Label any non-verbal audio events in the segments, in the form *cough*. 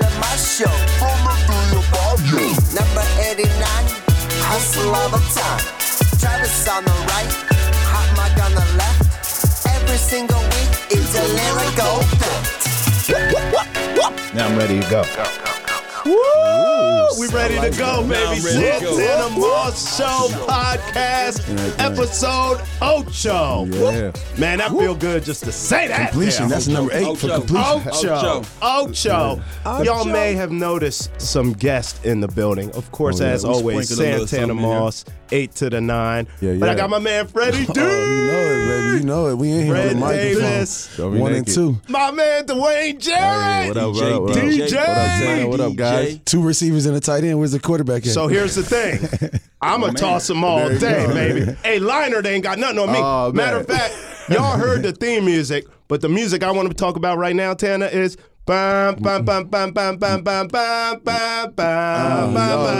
show. Rumble through your barrio. Number 89, hustle all the time. Travis on the right, Hot Mike on the left. Every single week, it's a lyrical theft. Now I'm ready to go. We ready to go, baby. Six in a more show podcast episode ocho. Yeah. Man, I feel good just to say that. Completion. now. That's number eight for Ocho. completion. Ocho. Ocho. Y'all may have noticed some guests in the building. Of course, Oh, yeah. as We always, sprinkled a little Santana something in here. Moss, eight to the nine. Yeah, But I yeah. got my man Freddie D. *laughs* Oh, you know it, baby. You know it. We in here Fred with a microphone. Davis. Don't be One and naked. two. My man Dwayne Jarrett. Hey, what up, what up, what up? DJ. What up, Tanner? What up, DJ? guys? Two receivers and a tight end. Where's the quarterback at? So here's the *laughs* thing. I'm going to toss them all Oh, There you day, go. baby. A liner, they ain't got nothing on me. Oh, Matter man. of fact, y'all heard the theme music, but the music I want to talk about right now, Tana, is. Bum, bum, bum, bum, bum, bum, bum, bum, bum, bum, Oh, bum,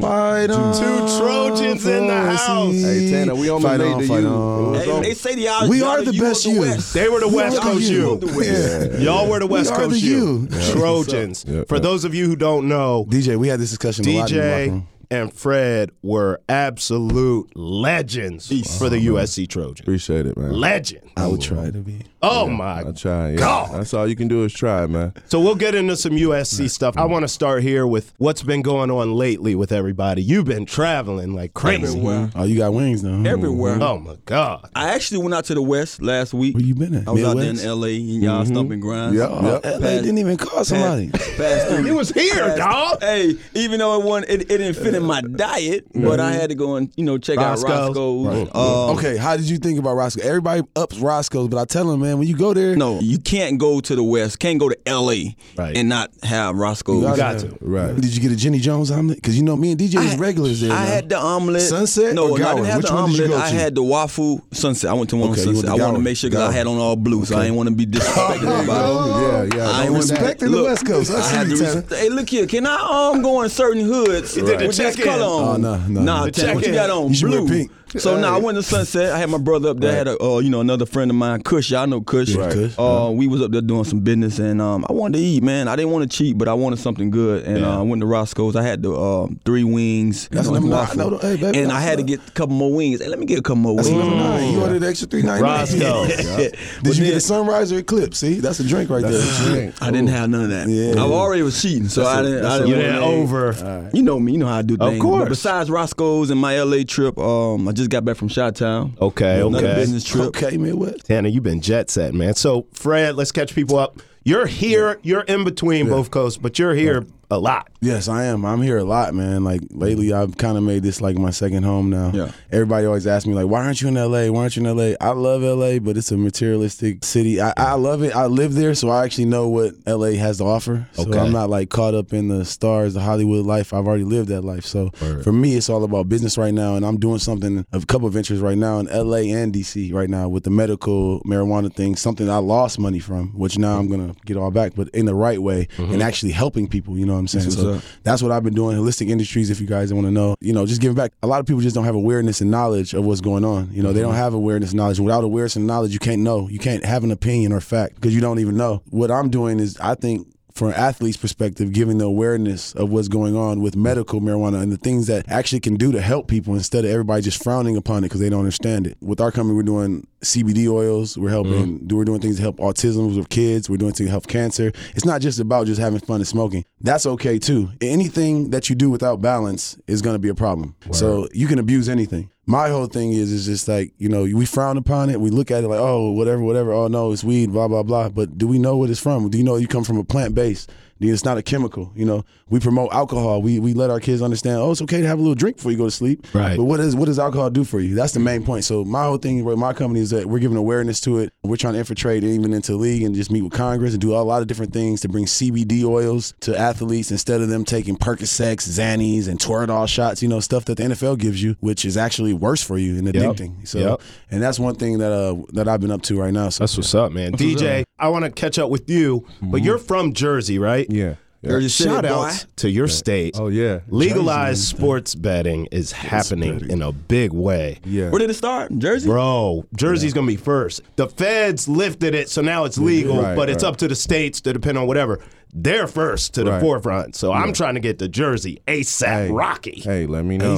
bum. Fight on Two Trojans in the for house. us. Hey, Tanner, we almost Fight made on, the fight U. on. It was Hey, on- they say the odds. We y'all are the best you. you. of West. They were the West are the Coast you of U. the West. Y'all were the West are the Coast U. U. Trojans. Yeah, For yeah. those of you who don't know, DJ, we had this discussion a lot in the locker DJ room. and Fred were absolute legends for Oh, the USC Trojans. Appreciate it, man. Legend. I would try to be. Oh my I try. Yeah. God. That's all you can do is try, man. So we'll get into some USC stuff. I want to start here with what's been going on lately with everybody. You've been traveling like crazy. Everywhere. Oh, you got wings now. huh? Everywhere. Oh my God. I actually went out to the West last week. Where you been at? I was out there in Midwest? LA and y'all stumping grinds. Yep, Oh, yep. LA didn't even call *laughs* somebody. Fast food. It was here, Fast- dawg. Hey, even though it wasn't, it, it didn't fit in my diet, but I had to go and you know check out Roscoe's. Roscoe's. Right. Uh, okay, how did you think about Roscoe? Everybody ups Roscoe's, but I tell him, man, when you go there, No, you can't go to the West, can't go to LA Right. and not have Roscoe's. gotta got to. have- Right. Did you get a Jenny Jones omelet? Because you know, me and DJ was I- regulars there. I man. had the omelet. Sunset No, or no, I didn't Gower? have Which the one did you omelet. go I to? had the waffle sunset. I went to one on Okay, you sunset. went to I wanted Gower. to make sure because I Gower. had on all blue, so I didn't want to be *laughs* *laughs* disrespectful about it. Yeah, yeah. I don't ain't respect- respecting Oh, the West Coast. I I had see you, to Tanner. res- hey, look here. Can I um go in certain hoods did the with this check-in. color on? Oh, no, no, Nah, no. Tanner, what you check-in. got on? You should wear blue. pink. So now I went to Sunset. I had my brother up there. I had a uh, you know another friend of mine, Kush. Y'all know Kush. Yeah, Right. Kush. Uh, we was up there doing some business, and um, I wanted to eat, man. I didn't want to cheat, but I wanted something good, and uh, I went to Roscoe's. I had the um, three wings. you That's know, number and nine. waffle. No, no, hey, baby, and I that's had to nine. get a couple more wings. Hey, let me get a couple more wings. Number nine, Mm. You ordered extra three ninety nine. Roscoe. *laughs* Did you get a sunrise or eclipse? See, that's a drink right there. I didn't have none of that. Yeah. I already was cheating, so I didn't. I You didn't did wanna- over. You know me. You know how I do things. But course. besides Roscoe's and my LA trip, um, I just got back from chi Town. Okay, Another okay. business trip. Okay, man, what? Tana, you've been jet set, man. So, Fred, let's catch people up. You're here. You're in between both coasts, but you're here a lot. Yes, I am. I'm here a lot, man. Like lately, I've kind of made this like my second home now. Yeah. Everybody always asks me like, "Why aren't you in LA? Why aren't you in LA?" I love LA, but it's a materialistic city. I, I love it. I live there, so I actually know what LA has to offer. So Okay. I'm not like caught up in the stars, the Hollywood life. I've already lived that life. So for me, it's all about business right now, and I'm doing something a couple ventures right now in LA and DC right now with the medical marijuana thing. Something I lost money from, which now I'm gonna get all back, but in the right way and actually helping people. You know what I'm saying? That's so what's up. that's what I've been doing. Holistic Industries, if you guys want to know, you know, just giving back. A lot of people just don't have awareness and knowledge of what's going on. You know, they don't Mm-hmm. have awareness and knowledge. Without awareness and knowledge, you can't know. You can't have an opinion or fact because you don't even know. What I'm doing is, I think. From an athlete's perspective, giving the awareness of what's going on with medical marijuana and the things that actually can do to help people instead of everybody just frowning upon it because they don't understand it. With our company, we're doing CBD oils, we're helping, we're doing things to help autism with kids, we're doing things to help cancer. It's not just about just having fun and smoking. That's okay too. Anything that you do without balance is going to be a problem. So you can abuse anything. My whole thing is is just like you know we frown upon it. We look at it like oh whatever whatever. Oh no, it's weed. Blah blah blah. But do we know what it's from? Do you know you come from a plant base? It's not a chemical. You know we promote alcohol. We we let our kids understand. Oh, it's okay to have a little drink before you go to sleep. Right. But what does what does alcohol do for you? That's the main point. So my whole thing with my company is that we're giving awareness to it. We're trying to infiltrate it even into the league and just meet with Congress and do a lot of different things to bring CBD oils to athletes instead of them taking Percocets, Xannies, and Toradol shots. You know stuff that the NFL gives you, which is actually worse for you and addicting. So Yep. and that's one thing that uh that I've been up to right now. So Mm-hmm. That's what's up, man. DJ, I want to catch up with you, but you're from Jersey, right? Yeah. There's your city, Shout boy. outs to your state. Oh, yeah. Legalized sports betting is happening in a big way. Yeah. Where did it start? Jersey. Bro, Jersey's gonna be first. The feds lifted it, so now it's legal, Right, but it's right. up to the states to depend on whatever. They're first to the Right. forefront. So I'm trying to get to Jersey ASAP Hey. Rocky. Hey, let me know.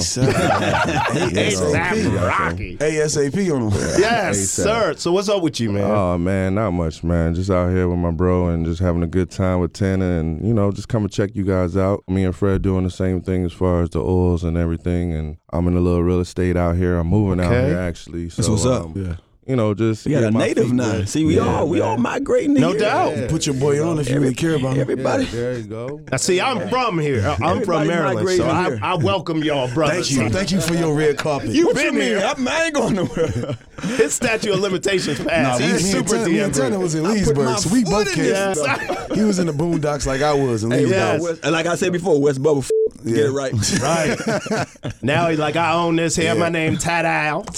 ASAP ASAP. Rocky. ASAP on *laughs* them. Yes, sir. So what's up with you, man? Oh man, not much, man. Just out here with my bro and just having a good time with Tana, and you know, just come and check you guys out. Me and Fred doing the same thing as far as the oils and everything, and I'm in a little real estate out here. I'm moving out Okay. here actually. So, what's up. yeah. You know, just We got get a my native feet now. wet. See, we all we all migrating. No here. doubt. Put your boy on if you really care about him. Everybody. There *laughs* you go. Now, see, I'm from here. I- I'm from Everybody's Maryland, migrating so I, here. I welcome y'all, brothers. Thank you. Thank you for your red carpet. You've What been you mean? here. I'm, I ain't *laughs* going nowhere. His statute of limitations passed. Me and- He's me and super Tanner- me and Tanner DM. was in I put my Leesburg, so we foot both in came. this *laughs* He was in the boondocks like I was in Leesburg. Yes. West- and like I said before, West Bubble. F- Get it right. *laughs* Right. now he's like, I own this here. My name Tad *laughs* Out.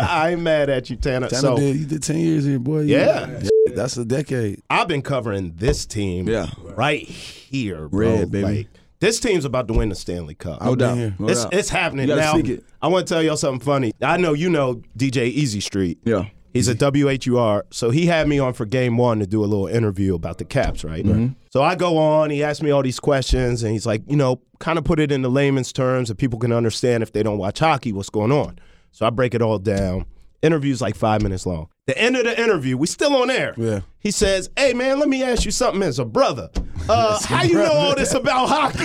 I ain't mad at you, Tanner. Tanner so did, you did 10 years here, boy. You- Yeah. That's a decade. I've been covering this team Yeah. right here, bro. Red, baby. Like, this team's about to win the Stanley Cup. No doubt. here. No it's, doubt. it's happening You gotta now. seek it. I want to tell y'all something funny. I know you know DJ Easy Street. Yeah. He's a WHUR. So he had me on for game one to do a little interview about the Caps, right? So I go on, he asked me all these questions, and he's like, you know, kind of put it into layman's terms that people can understand if they don't watch hockey what's going on. So I break it all down. Interview's like five minutes long. The end of the interview, we still on air. Yeah. He says, "Hey man, let me ask you something as a brother. Uh, how you know all this about hockey?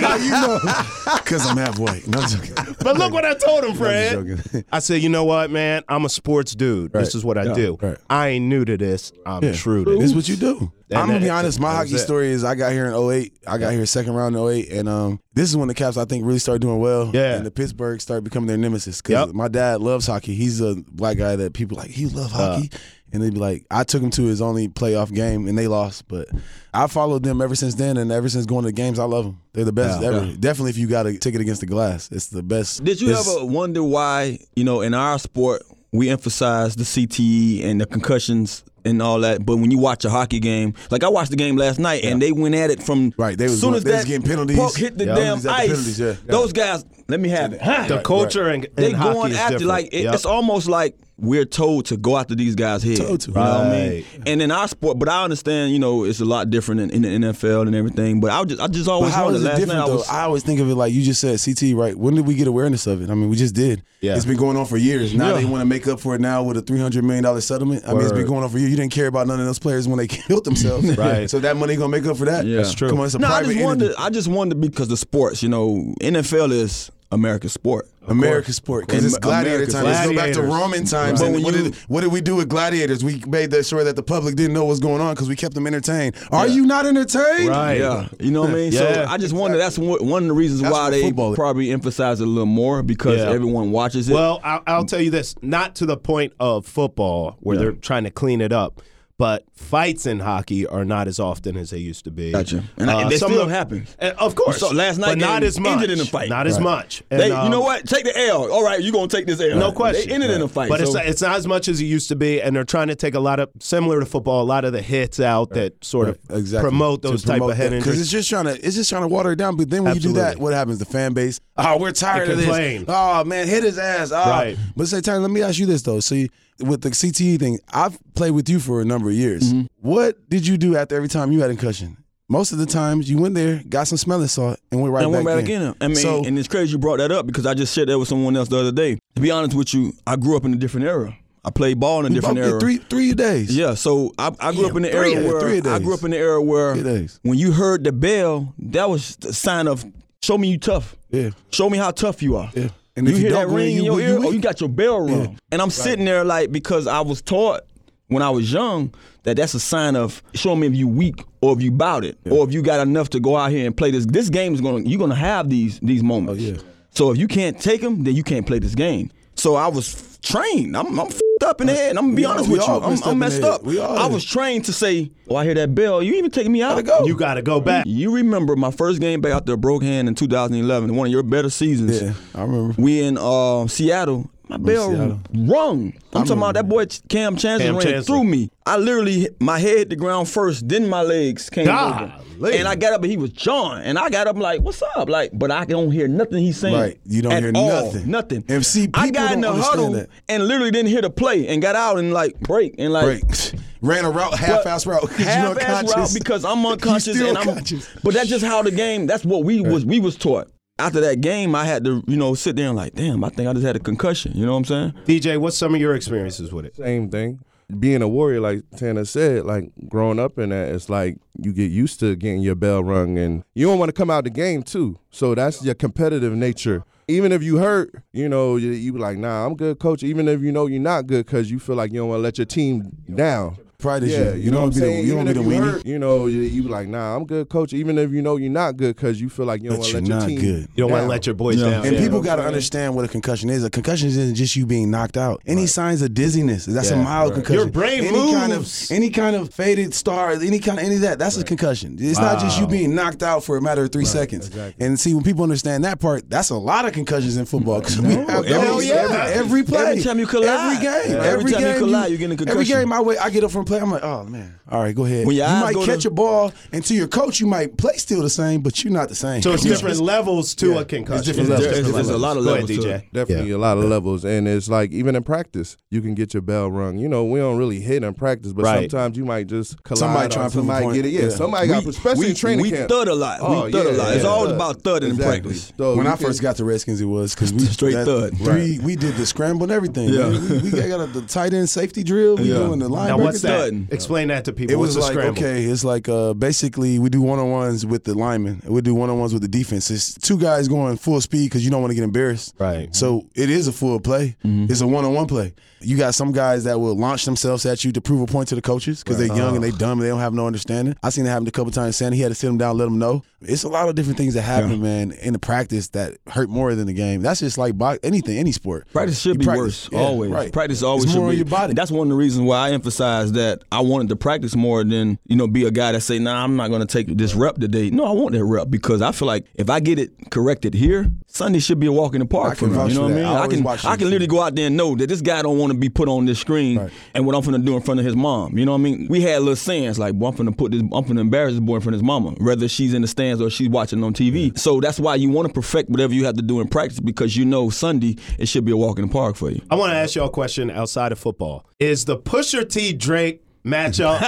Because I'm halfway. No, I'm joking. But look what I told him, Fred. *laughs* joking. I said, you know what, man? I'm a sports dude. This is what I do. right. I ain't new to this. I'm true to This this. is what you do. I'm going that- to be honest. that My was hockey it. story is I got here in 08. I got here second round in 08. And um, this is when the Caps, I think, really started doing well. Yeah. And the Pittsburgh started becoming their nemesis. Because Yep. my dad loves hockey. He's a black guy that people like, he love hockey. and they'd be like, I took him to his only playoff game and they lost. But I followed them ever since then. And ever since going to games, I love them. They're the best ever. Definitely if you got a ticket against the glass, it's the best. *laughs* Did you it's- ever wonder why, you know, in our sport, we emphasize the CTE and the concussions and all that, but when you watch a hockey game, like I watched the game last night and they went at it from Right, they was soon going- as they that was getting penalties. puck hit the Yeah. damn Penalties at the ice. penalties, yeah. Those guys, let me have it. Huh? The culture and, and they hockey going is after different. like it, Yep. it's almost like we're told to go after these guys here. Told to. you know what I mean? Right. And in our sport, but I understand, you know, it's a lot different in, in the NFL and everything. But I just, I just But always how wondered is it last night. different I though? was, I always think of it like you just said, CT. Right? When did we get awareness of it? I mean, we just did. Yeah. It's been going on for years. Now Yeah. they want to make up for it now with a three hundred million dollar settlement. I mean, it's been Word. going on for years. You didn't care about none of those players when they *laughs* killed themselves, Right. So that money gonna make up for that. Yeah. That's true. Come on, it's a no, I private just entity. wonder. I just wonder because the sports, you know, NFL is America's sport. America's sport because And it's gladiator America's time. Let's go back to gladiators. Roman times. But And when what, you- did, what did we do with gladiators? We made that sure that the public didn't know what's going on because we kept them entertained. Are you not entertained? right. Yeah, you know what I mean. so Yeah. I just wonder. That's one, one of the reasons why what they football is. probably emphasize it a little more because Yeah. everyone watches it. Well, I'll, I'll tell you this: not to the point of football where they're trying to clean it up, but fights in hockey are not as often as they used to be. Gotcha. And I- and they some still of the- happen. Uh, Of course. So last night but not they as much. ended in a fight. Not as much. And, they, you um, know what? Take the L. All right, you gonna take this L. No question. They ended in a fight. But so- it's, it's not as much as it used to be, and they're trying to take a lot of, similar to football, a lot of the hits out that sort of exactly promote those To type promote of head that, injuries. it's just trying to it's just trying to water it down. But then when you do that, Absolutely. what happens? The fan base, oh, we're tired They of this. complain. Oh man, hit his ass. Oh. Right. But say, Tyler, let me ask you this though. See, with the CTE thing, I've played with you for a number of years. What did you do after every time you had a concussion? Most of the times you went there, got some smelling salt, and went right and back, went back in. I mean, so, and it's crazy you brought that up because I just shared that with someone else the other day. To be honest with you, I grew up in a different era. I played ball in a different about era. three three days. Yeah, so I, I grew up in the three era days, where three I grew days. up in the era where Three days. when you heard the bell, that was the sign of show me you tough. Yeah. Show me how tough you are. Yeah. And And you if you hear that don't win, ring in you your win, ear, you oh, you win. got your bell rung. And I'm sitting there like because I was taught when I was young that that's a sign of show me if you weak or if you bout it or if you got enough to go out here and play this. This game is gonna you're gonna have these these moments. Oh, yeah. So if you can't take them, then you can't play this game. So I was f- trained. I'm, I'm fed up in the head. and I'm gonna be We all- honest we with you. all I'm, messed up I'm in the messed head. up. We all I is. was trained to say, "Oh, I hear that bell. You even taking me out to go." you got to go back. You remember my first game back out there, broke hand in 2011, one of your better seasons. Yeah, I remember. We in uh, Seattle. my bell Seattle. rung. I'm talking about that boy Ch- Cam Chancellor Cam ran Chancellor. through me. I literally my head hit the ground first, then my legs came over, Golly. and I got up and he was John, and I got up like, "What's up?" Like, but I don't hear nothing he's saying. Right. You don't at hear all. nothing. Nothing. MC, I people got don't in the understand huddle that. and literally didn't hear the play and got out and like break and like Breaks. *laughs* Ran a route, half ass route. *laughs* 'cause you half ass route unconscious. *laughs* because I'm unconscious still and I'm. conscious. But that's just how the game. That's what we was we was taught. After that game, I had to you know sit there and like, damn, I think I just had a concussion. You know what I'm saying? DJ, what's some of your experiences with it? same thing. Being a warrior, like Tana said, like growing up in that, it's like you get used to getting your bell rung and you don't want to come out the game too. So that's your competitive nature. Even if you hurt, you know, you, you be like, nah, I'm good, coach. Even if you know you're not good because you feel like you don't want to let your team down. Pride is Yeah, you. you, You know don't what I'm be the- saying? you don't Even be if the you weenie. hurt, You know, you, you be like, nah, I'm good, coach. Even if you know you're not good because you feel like you don't But want you're to let your not team good. You don't want to down. let your boys down. And Yeah. people got to understand what a concussion is. A concussion isn't just you being knocked out. Any signs of dizziness, that's a Yeah, mild right. concussion. Your brain any Kind of, moves. any kind of faded star, any kind of any of that, that's a concussion. It's not just you Wow. being knocked out for a matter of three seconds. And see, when people understand that part, that's a lot of concussions in football. 'cause we have every- those yeah. every, every play. Every time you collide. Every game. Yeah. Every, Every time you game collide, you get a Every concussion. game I, wait, I get up from play, I'm like, oh, man. All right, go ahead. When your you eyes might go catch to- a ball, and to your coach, you might play still the same, but you're not the same. *laughs* So it's You know, different levels to a concussion. It's different It's levels. different There's a lot of Go levels ahead, to DJ. it. Definitely a lot of levels. And it's like even in practice, you can get your bell rung. You know, we don't really hit in practice, but Right. sometimes you might just collide. Somebody or trying to prove a somebody point. get it. Yeah, Yeah. somebody got especially we, in training we camp. thud a lot. Oh, we thud a lot. it's yeah, always thud. about thudding Exactly. in practice. So when you I can- first got to Redskins, it was because we Straight that- thud. Three, we did the scramble and everything. Yeah. We, we got a, the tight end safety drill. We Yeah. doing the Now, linebacker. what's that? Done. Explain that to people. It was What's a like scramble? okay, it's like uh, basically we do one on ones with the linemen. We do one on ones with the defense. It's two guys going full speed because you don't want to get embarrassed. Right. So it is a full play. Mm-hmm. It's a one on one play. You got some guys that will launch themselves at you to prove a point to the coaches because they're young and Uh-huh. they dumb and they don't have no understanding. I seen it happen a couple times. Sandy he had to sit them down, let them know. It's a lot of different things that happen, man, in the practice that hurt more than the game. That's just like box, anything, any sport. Practice should You be practice- worse. yeah, always. right. Practice always It's should more be. on your body. That's one of the reasons why I emphasize that I wanted to practice more than, you know, be a guy that say, nah, I'm not gonna take this rep today. No, I want that rep because I feel like if I get it corrected here, Sunday should be a walk in the I park for can me. vouch You know for what I that. mean? I I, always can watch I you. can literally go out there and know that this guy don't wanna be put on this screen and what I'm finna do in front of his mom. You know what I mean? We had little sayings like, well, I'm finna put this I'm finna embarrass this boy in front of his mama, whether she's in the stands or she's watching on TV. So that's why you wanna perfect whatever you have to do in practice because you know Sunday it should be a walk in the park for you. I want to ask y'all a question outside of football. Is the Pusher T Drake matchup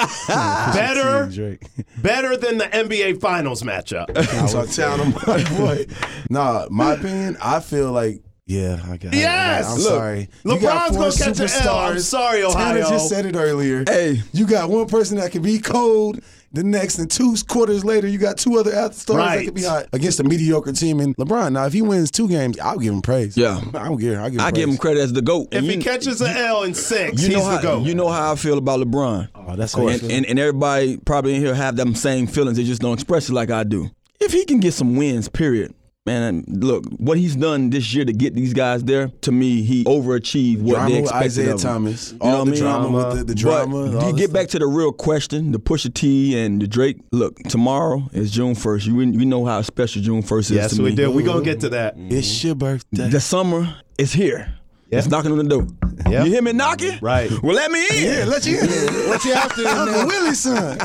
better Drake. better than the NBA Finals matchup? so I'm telling him, *laughs* *laughs* my boy. Nah, my opinion, I feel like. Yeah, I got it. Yes! I'm Look, sorry. You got LeBron's four gonna catch an L. I'm superstars. sorry, Tanner Ohio. just said it earlier. Hey. You got one person that can be cold. The next and two quarters later, you got two other ath- stars that Right. can be hot against a mediocre team. And LeBron, now if he wins two games, I'll give him praise. Yeah. I don't care. I give him I praise. give him credit as the goat. If And he you- catches an L in six, you he's know the how GOAT. you know how I feel about LeBron. Oh, that's how I and, feel. and and everybody probably in here have them same feelings. They just don't express it like I do. If he can get some wins, period. Man, and look what he's done this year to get these guys there. To me, he overachieved what Drama they with expected Isaiah of him. Thomas. You All know what I the mean? drama with the- the drama, But all you this get back to the real question, the Pusha T and the Drake. Look, tomorrow is June first. You we know how special June first is. yes, to we me. do. We're gonna get to that. It's your *laughs* birthday. *laughs* The summer is here. It's knocking on the door. Yeah. You hear me knocking? Right. Well, let me in. Yeah, let *laughs* you in. What you after? Uncle Willie's son.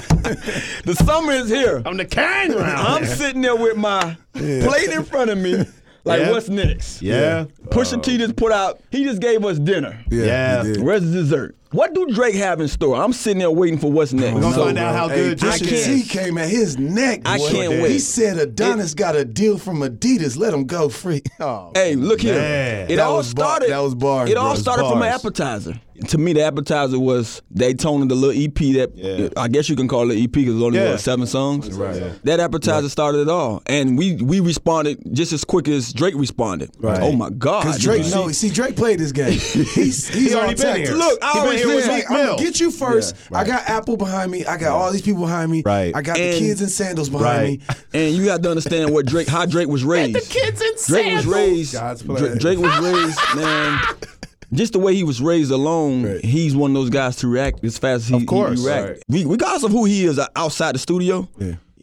The summer is here. I'm the *laughs* king round. *laughs* I'm sitting there with my plate in front of me. Like, Yeah. what's next? yeah. Pusha T just put out, he just gave us dinner. Yeah. he did. Where's the dessert? What do Drake have in store? I'm sitting there waiting for what's next. We're gonna So- find out how Hey, good I Drake Pusha is. can't- T came at his neck. I boy. can't He wait. said Adonis got a deal from Adidas. Let him go free. *laughs* Oh, Hey, look here. Man. It That all was bar- started. that was bars, It bro. all It's started from an bars. appetizer. To me, the appetizer was Daytona, the little EP that I guess you can call it EP because it's only Yeah. what, seven songs. Right. That appetizer started it all, and we we responded just as quick as Drake responded. Right. Oh my God! because did Drake you see- knows. See, Drake played this game. *laughs* He's, he's He already on been tactics. here. Look, I He been always here with said, Meek I'm Mill. gonna get you first. I got Apple behind me. I got all these people behind me. Right. I got the And- kids in sandals behind Right. me. And you got to understand what Drake, how Drake was raised. kids in Drake was raised. God's plan. Dra- *laughs* Drake was raised, man. Just the way he was raised alone, he's one of those guys to react as fast as he, Of course. he react. Right. Re- Regardless of who he is uh, outside the studio,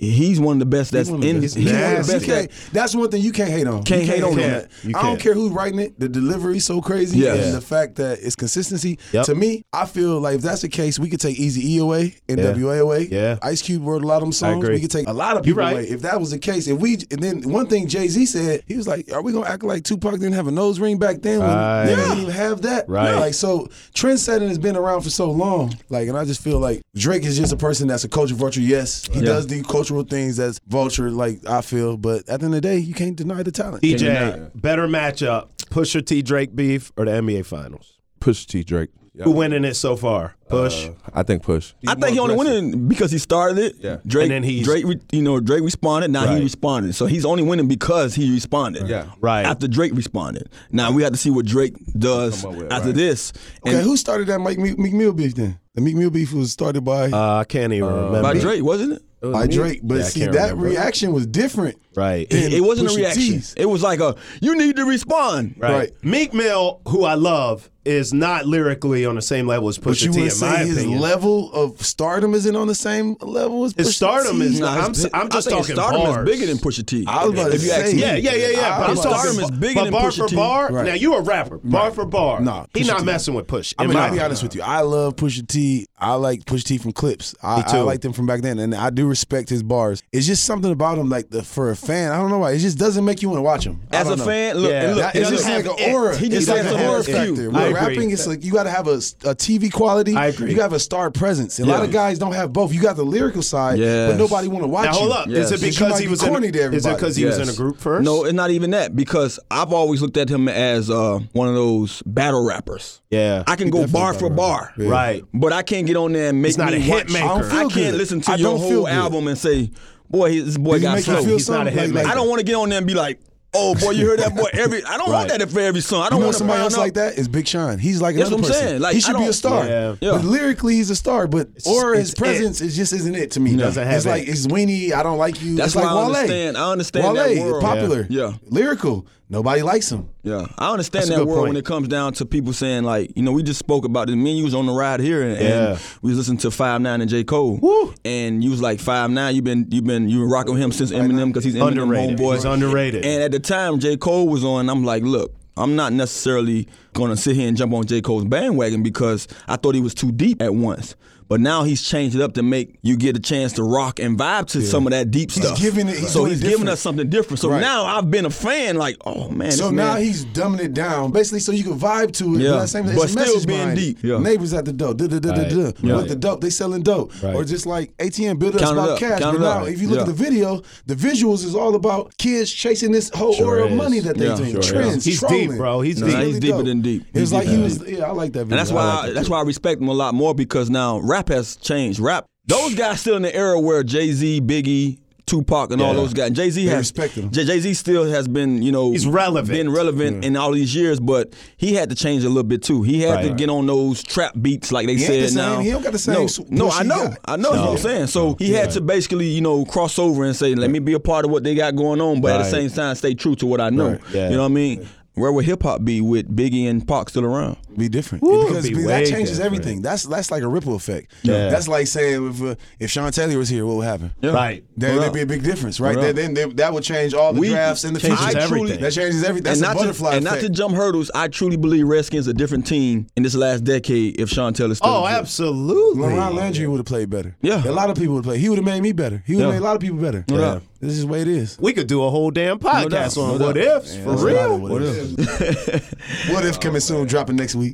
He's one of the best that's in. He's- he's one of the best. best You can't- that, That's one thing you can't hate on. Can't You hate on him. that. You I don't can't. care who's writing it. The delivery's so crazy, Yes. and the fact that it's consistency. Yep. To me, I feel like if that's the case, we could take Easy E away, NWA away. Yeah. Ice Cube wrote a lot of them songs. agree. We could take a lot of You're people right. away. If that was the case, if we and then one thing Jay Z said, he was like, "Are we gonna act like Tupac didn't have a nose ring back then? When Right. They didn't even have that. Right. Like so, trendsetting has been around for so long. Like, and I just feel like Drake is just a person that's a culture vulture. Yes, he does do cultural things that's vulture. Like I feel, but at the end of the day, you can't deny the talent. DJ, better matchup: Pusher T Drake beef or the NBA Finals? Push T Drake. Yeah. Who winning it so far? Uh, Push. I think push. I think he only winning because he started it. Yeah. Drake, And then he's- Drake, re- you know, Drake responded. Now Right. he responded. So he's only winning because he responded. Yeah. Right. After Drake responded. Now we have to see what Drake does Come up with, after right. this. Okay, who started that Mike Meek, Meek Mill beef then? The Meek Mill beef was started by Uh, I can't even remember. by Drake, wasn't it? by Drake, but Yeah, I see can't that remember. reaction was different. Right. Yeah. It, it wasn't a Pusha reaction. T's. It was like a you need to respond. Right. Right. Meek Mill, who I love, is not lyrically on the same level as But Pusha T. you would In my say his opinion, level of stardom isn't on the same level as his Pusha stardom T? is. Nah, I'm, his- I'm just I think talking his stardom bars. is bigger than Pusha T. I was about if to you ask say. me. Yeah, yeah, yeah, yeah. I But I'm was about to talking say- Stardom is bigger but than bar Pusha for T. bar. Right. Now you a rapper. Bar for bar. Nah, he Pusha not T. messing with Push. I in mean, my I'll be opinion. honest with you. I love Pusha T. I like Pusha T from clips. I, Me too. I like them from back then, and I do respect his bars. It's just something about him, like the, for a fan. I don't know why. It just doesn't make you want to watch him. I As a don't know. fan, look, Yeah. and look, That- it's and just look, like it. an aura. He just it's like has an an aura aura cue. factor. I With agree. rapping, it's like you got to have a, a TV quality. I agree. You got to have a star presence. And A lot of Yeah. guys don't have both. You got the lyrical side, Yes. but nobody want to watch Now hold you. up. Is Yes. it You because might he be was in? corny to Is it everybody. because he was in Yes. a group first? No, it's not even that because I've always looked at him as uh, one of those battle rappers. Yeah. I can go bar for bar, Right. But I can't get on there and make He's not me a hit watch. maker. I, I don't feel can't good. listen to I your don't feel whole good. album and say, "Boy, he- this boy Does it got make you slow." feel He's not a something? hit maker. I don't want to get on there and be like, "Oh, boy, you heard that boy every." I don't want Right. that for every song. I You don't know want somebody else up. like that is Big Sean. He's like That's another what I'm person. saying. Like, he I should be don't- a star. Yeah. Yeah. But lyrically, he's a star. But or his it's presence, it. just isn't it to me. doesn't have it's it. like it's weenie. I don't like you. That's it's like why I Wale. understand- I understand Wale, that world. popular. Yeah. Yeah. lyrical. Nobody likes him. Yeah, I understand a that good word point. when it comes down to people saying like, you know, we just spoke about this. Me and you was on the ride here, and, Yeah. and we was listening to Five Nine and J Cole. And you was like Five Nine. You've been you've been you been rocking with him since Eminem because he's Eminem Underrated. homeboy. He's underrated. And at the time J Cole was on, I'm like, look. I'm not necessarily gonna sit here and jump on J. Cole's bandwagon because I thought he was too deep at once. But now he's changed it up to make you get a chance to rock and vibe to some of that deep stuff. giving it- he's so doing it he's giving different. us something different. So Right. now I've been a fan, like, oh man. So this now man- he's dumbing it down, basically, so you can vibe to it. Yeah. But, same, it's But a still message being behind it. deep. Yeah. Neighbors at the dope. Duh, duh, duh, duh, Right. duh. Yeah. With the dope, they selling dope. Right. Or just like ATM build us Count it about up. cash. Count but it now, up. if you look at Yeah. the video, the visuals is all about kids chasing this whole Sure aura of is. money that they Yeah. doing. Sure is. Trends, He's trolling. deep, bro. He's It's Nah, deep. he's really deeper dope. than deep. It's He's like deeper he than was. Yeah, I like that video. And that's I why like I, that that's video. why I respect him a lot more because now rap has changed. Rap those guys still in the era where Jay Z, Biggie, Tupac, and all Yeah. those guys. Jay Z They has respected him. Jay Z still has been you know He's relevant. been relevant in all these years, but he had to change a little bit too. He had to Right. get on those trap beats like they He ain't said the same- now. he don't got the same No, s- no push I he know, got. I know. That's what I'm saying. So he had to basically you know cross over and say, let me be a part of what they got going on, but at the Right. same time stay true to what I know. Yeah. You know what I mean? Where would hip hop be with Biggie and Pac still around? be different because Be way that changes different. everything. That's that's like a ripple effect. Yeah. That's like saying if uh, if Sean Taylor was here, what would happen? Yeah. Right. There, Right. there'd be a big difference, right? Right. Then, then then that would change all the We- drafts in the future. changes everything. That changes everything. That's a not butterfly to, and effect. not to jump hurdles, I truly believe Redskins a different team in this last decade if Sean Taylor still Oh, exists. absolutely. Leron Landry would have played better. Yeah. a lot of people would play. He would have made me better. He would have Yeah. made a lot of people better. No doubt. This is the way it is. We could do a whole damn podcast No doubt. on No what doubt. ifs Man, for that's a lot real. of What if? *laughs* what if coming soon? Dropping next *laughs* week.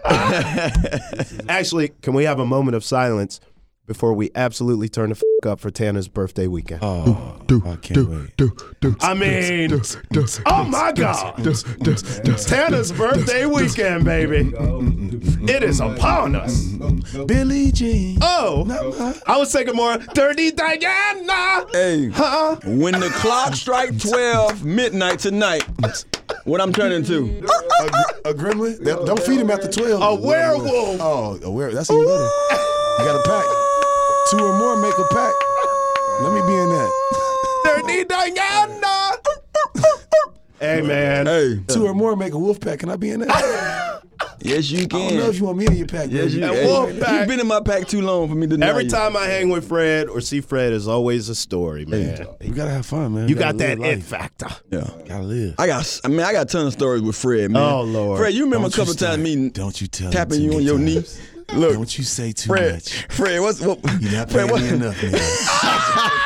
Actually, can we have a moment of silence before we absolutely turn the f- up for Tana's birthday weekend? I can't wait. I mean, oh my God. Tana's birthday weekend, baby. It is upon us. Billy *laughs* Jean. Oh, I would say good morning. Dirty Diana. Hey, when the *laughs* clock strike 12 midnight tonight, what I'm turning to? a, gr- a gremlin? They- don't feed him after 12. A werewolf. Oh, a werewolf. That's even better. You got a pack. Two or more make a pack. Let me be in that. Dirty Diana. Hey, man. Hey, Two or more make a wolf pack. Can I be in that? Yes, you I can. don't know if you want me in your pack. yes, baby. you And hey, Wolfpack- You've been in my pack too long for me to know. Every you. time I hang with Fred or see Fred, is always a story, man. You gotta have fun, man. You got gotta that live it life. factor. You Gotta live. I got, I mean, I got a ton of stories with Fred, man. Oh, Lord. Fred, you remember Don't a couple you start. times me Don't you tell tapping him you too on many your knee? times. Look, Don't you say too Fred, much. Fred, what's what? You're not Fred, paying what, me enough, *laughs* man.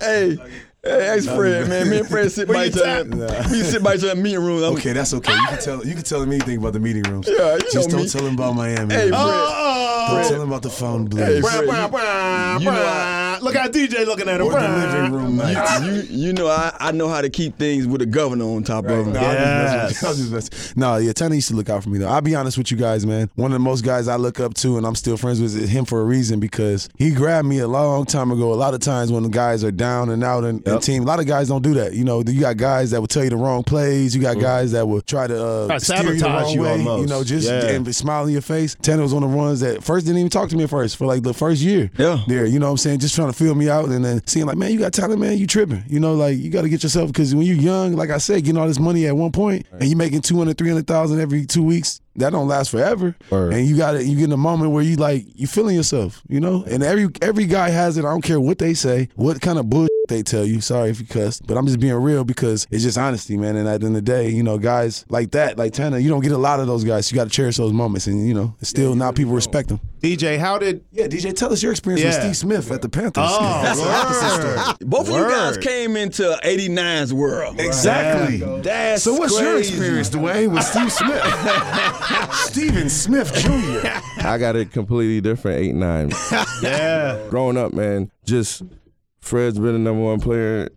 Hey, hey, ask Fred, man. Me and Fred sit by you each other. We sit by each other in the meeting room. I'm, Okay, that's okay. You can tell you can tell him anything about the meeting rooms. Yeah, you Just know don't me. tell him about Miami. Hey, don't Fred. Oh, tell him about the phone Hey, blues. Fred, you- you know look at DJ looking at him. or the living room nights. you, you know, I, I know how to keep things with a governor on top of them. No, I was just messing with you. I was just messing- No, yeah, Tanner used to look out for me though. I'll be honest with you guys, man. One of the most guys I look up to and I'm still friends with is him for a reason because he grabbed me a long time ago. A lot of times when the guys are down and out and, and team, a lot of guys don't do that. You know, you got guys that will tell you the wrong plays. You got guys that will try to uh, Mm. Try to steer you the sabotage wrong you way. You almost. know, just Yeah. and smile in your face. Tanner was one of the ones that first didn't even talk to me at first for like the first year. Yeah. There, you know what I'm saying? Just trying to feel me out and then seeing like, man, you got talent, man, you tripping. You know, like you got to get yourself because when you're young, like I said, getting all this money at one point and you making 200, 300,000 every two weeks, that don't last forever. Word. And you got to you get in a moment where you like you feeling yourself, you know? And every every guy has it. I don't care what they say, what kind of bullshit *laughs* they tell you. Sorry if you cussed, but I'm just being real because it's just honesty, man. And at the end of the day, you know, guys like that, like Tana, you don't get a lot of those guys. You got to cherish those moments, and you know, it's still not people respect them. DJ, how did? Yeah, DJ, tell us your experience with Yeah. Steve Smith at the Panthers. *laughs* Oh, That's word. the opposite story. Both of you guys Word. came into 89's world. Exactly. That's So what's your crazy. experience, Dwayne, with Steve *laughs* Smith? Stephen Smith Jr. I got it completely different. Eight nine. Yeah, growing up, man, just Fred's been the number one player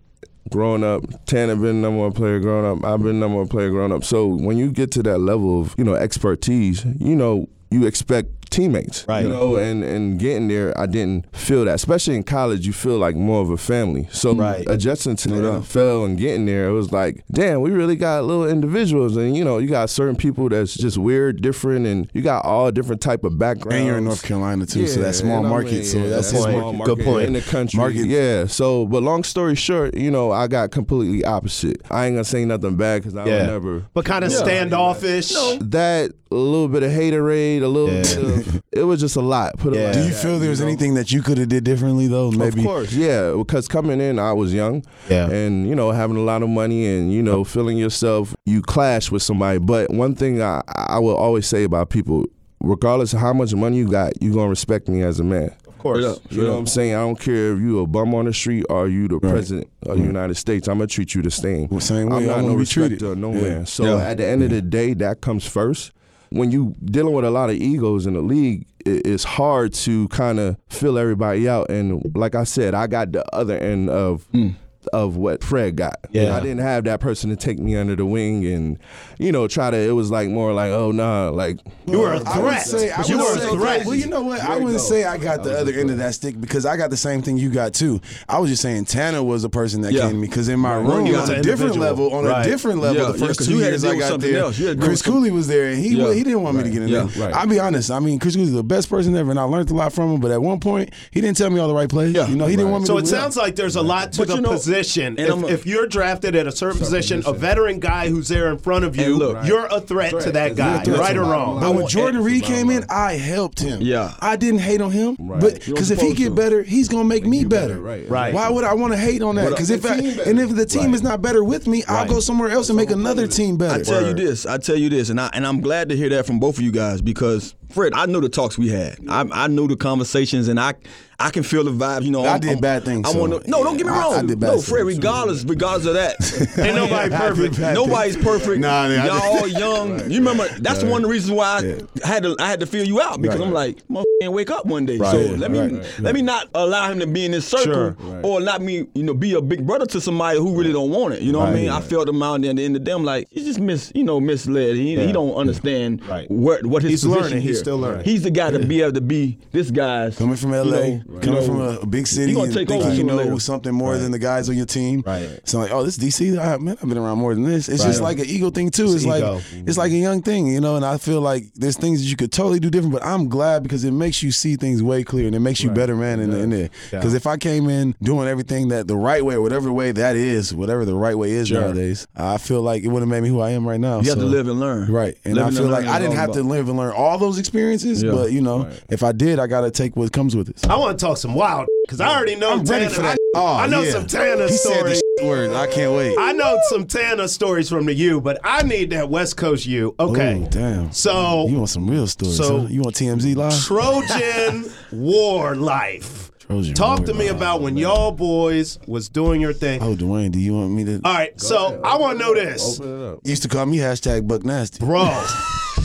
growing up. Tanner been the number one player growing up. I've been the number one player growing up. So when you get to that level of you know expertise, you know you expect teammates, Right. You know, and and getting there, I didn't feel that. Especially in college, you feel like more of a family. So Right. adjusting to the NFL and getting there, it was like, damn, we really got little individuals, and you know, you got certain people that's just weird, different, and you got all different type of backgrounds. And you're in North Carolina too, so Yeah, that small and I market. mean, so yeah, that's that his small market. market Good point. in the country. Market. Yeah. So, but long story short, you know, I got completely opposite. I ain't gonna say nothing bad because I yeah. would never. But kind of standoffish. That a little bit of haterade, a little Yeah. bit of it was just a lot. Put it Yeah. like Do you that, feel there's know? anything that you could have did differently though? Maybe. Of course, yeah. Because coming in, I was young, Yeah. and you know, having a lot of money, and you know, feeling yourself, you clash with somebody. But one thing I I will always say about people, regardless of how much money you got, you gonna respect me as a man. Of course. You know what I'm saying? I don't care if you a bum on the street or you the president of the United States. I'm gonna treat you the same. Mm. Well, same way. I'm I not no wanna be treated. respecter of no Yeah. man. So Yeah. at the end of the day, that comes first. When you dealing with a lot of egos in the league, i- it's hard to kind of fill everybody out. And like I said, I got the other end of. Mm. Of what Fred got, Yeah. I didn't have that person to take me under the wing and, you know, try to. It was like more like, oh nah, like You were a I would threat. say, I you would were say- a threat. Well, you know what? I wouldn't say I got the other end of that stick because I got the same thing you got too. I was just saying Tanner was the person that Yeah. came to me because in my room you on got a the different individual. level, on Right. a different level, Yeah, the yeah, first 'cause two you had to years deal I with got something there, else. You had to deal Chris with some- Cooley was there, and he Yeah. wa- he didn't want me to get in Yeah, there. right. I'll be honest. I mean, Chris Cooley's the best person ever, and I learned a lot from him. But at one point, he didn't tell me all the right plays. Yeah. You know, he didn't want me. So to it win. sounds like there's a lot to But the you know- position. and If, I'm a- if you're drafted at a certain position, a veteran guy who's there in front of you, And look- you're a threat to that You're a guy, threat right to or my- wrong. my- But when want Jordan X Reed for my came in, money. I helped him. Yeah. I didn't hate on him, Right. but You're because if he supposed get to. better, he's gonna make me better. right, Right. Why would I want to hate on that? But, uh, Because if the I, team better. and if the team Right. is not better with me, I'll Right. go somewhere else and make another team better. I tell you this. I tell you this, and I and I'm glad to hear that from both of you guys because Fred, I know the talks we had. I I know the conversations, and I I can feel the vibes. You know, I I'm- did I'm- bad things, I so, want to, no, don't get me I- I wrong. did bad no, Fred. things. Regardless, regardless of *laughs* that, Ain't nobody perfect. bad Nobody's perfect. Nah, nah, I Y'all did- *laughs* all young. You remember? That's one of the reasons why I had to I had to feel you out because I'm like, motherfucker, can't wake up one day. So Yeah, let me right, let me not allow him to be in this circle Sure. or not me, you know, be a big brother to somebody who really don't want it. You know what I Right. mean? I felt him out there at the end of them like he's just mis, you know, misled. He, he don't understand Right. what what his He's position learning. Here. He's still learning. He's the guy to be able to be this guy's Coming from LA, you know, coming you from know, a- a big city, you gonna and take thinking over you sooner or know later. something more than the guys on your team. Right. So like, oh, this DC, I, man, I've been around more than this. It's just Right. like an ego thing too. It's, ego. like it's like a young thing, you know. And I feel like there's things that you could totally do different. But I'm glad because it makes makes you see things way clearer and it makes you better man in, the- in there. Because if I came in doing everything that the right way, whatever way that is, whatever the right way is nowadays, I feel like it would have made me who I am right now. You have to so- live and learn. Right. And Living I feel like learning I is didn't all have to about- live and learn all those experiences, Yeah. but you know, if I did, I got to take what comes with it. So I want to talk some wild because I already know I'm ready Tanner. for that. I, Oh, I know yeah. some Tanner he said stories. the shit words. I can't wait. I know some Tanner stories from the U, but I need that West Coast U. Okay. Ooh, damn. So You want some real stories? So- huh? You want TMZ live? Trojan *laughs* War life. Trojan Talk War to me life, about when y'all boys was doing your thing. Oh, Dwayne, do you want me to? All right, so I want to know this, Open it up. You used to call me hashtag Buck Nasty. bro.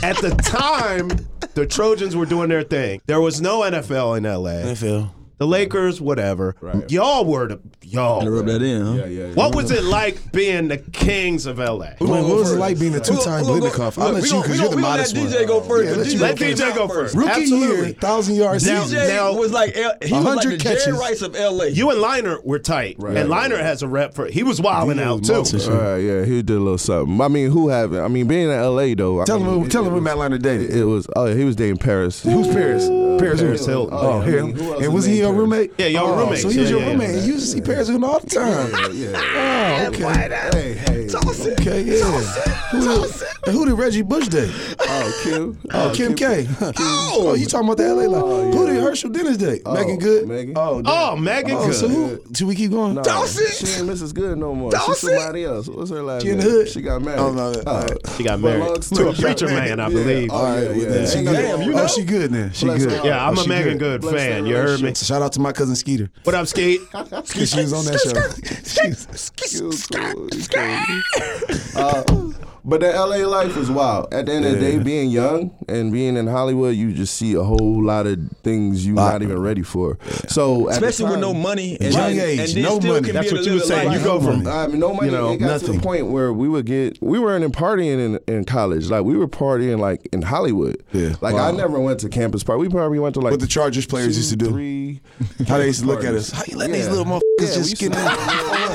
At the time, the Trojans were doing their thing. There was no NFL in LA. NFL. The Lakers, whatever. Y'all were the Gotta y'all. rub that in, huh? Yeah, yeah. What was it like being the kings of LA? Dwayne, what was it like being a two-time Look, look, Blitnikoff? look, I'll let we you gon- we because you're gon- the we gon' modest let one. DJ go first. Yeah, let DJ Let came DJ out go first. first. Rookie Absolutely. year, thousand yards. Now- season. DJ now- was like L- he was like 100 the Jerry catches. Rice of LA. You and Liner were tight, and Liner has a rep for. He was wilding He out was too. multi- All right, yeah, he did a little something. I mean, who haven't? I mean, being in L.A. though. I Tell mean, him, it- tell it him who was- Matt Liner dated. It was oh, he was dating Paris. Uh, Who's Paris? Paris, Paris Hilton. Hilton. Oh, Yeah, I him. mean, who else and is was he named your Paris? roommate? Yeah, y'all Oh, roommates. So he was Yeah, your yeah, roommate. yeah. You used to see Paris Hilton all the time. Oh, okay. Hey, hey. Okay, yeah. Who did, who did Reggie Bush date? Oh, Kim. Oh, Oh, Kim, K. *laughs* Oh, you talking about the LA life? Who did Herschel Dennis date? Megan Good. Megan. Oh, damn. Oh, Megan Oh, Good. so who? Should we keep going? No, She ain't Mrs. Good no more. She's Dawson? somebody else. What's her last She in name? the hood? She got married. Oh, no, no, all right. She got But married long to a story preacher short- man, I Yeah. believe. All right, well, then she got- Damn, you Oh, know? she good then. She Bless good. her. Yeah, I'm Oh, a she Megan Good, Bless fan. that You heard me. relationship. Shout out to my cousin Skeeter. What up, Skate? 'Cause she was on that show. Uh, but the LA life is wild. At the end of the day, being young and being in Hollywood, you just see a whole lot of things you're not even ready for. So at the Especially with no time- money and, Young and, age, and then no still money. Can That's be what a you were little saying. Life. You go from- I mean, no money. You know, it got to nothing. the point where we would get we weren't in partying in, in college. Like we were partying like in Hollywood. Yeah. Like I never went to campus party. We probably went to like What the Chargers players used to two, do. Three. *laughs* Oh, How they used to look at parties. us. How you let these Yeah. little motherfuckers Yeah, we just used to- get Yeah, in? they used to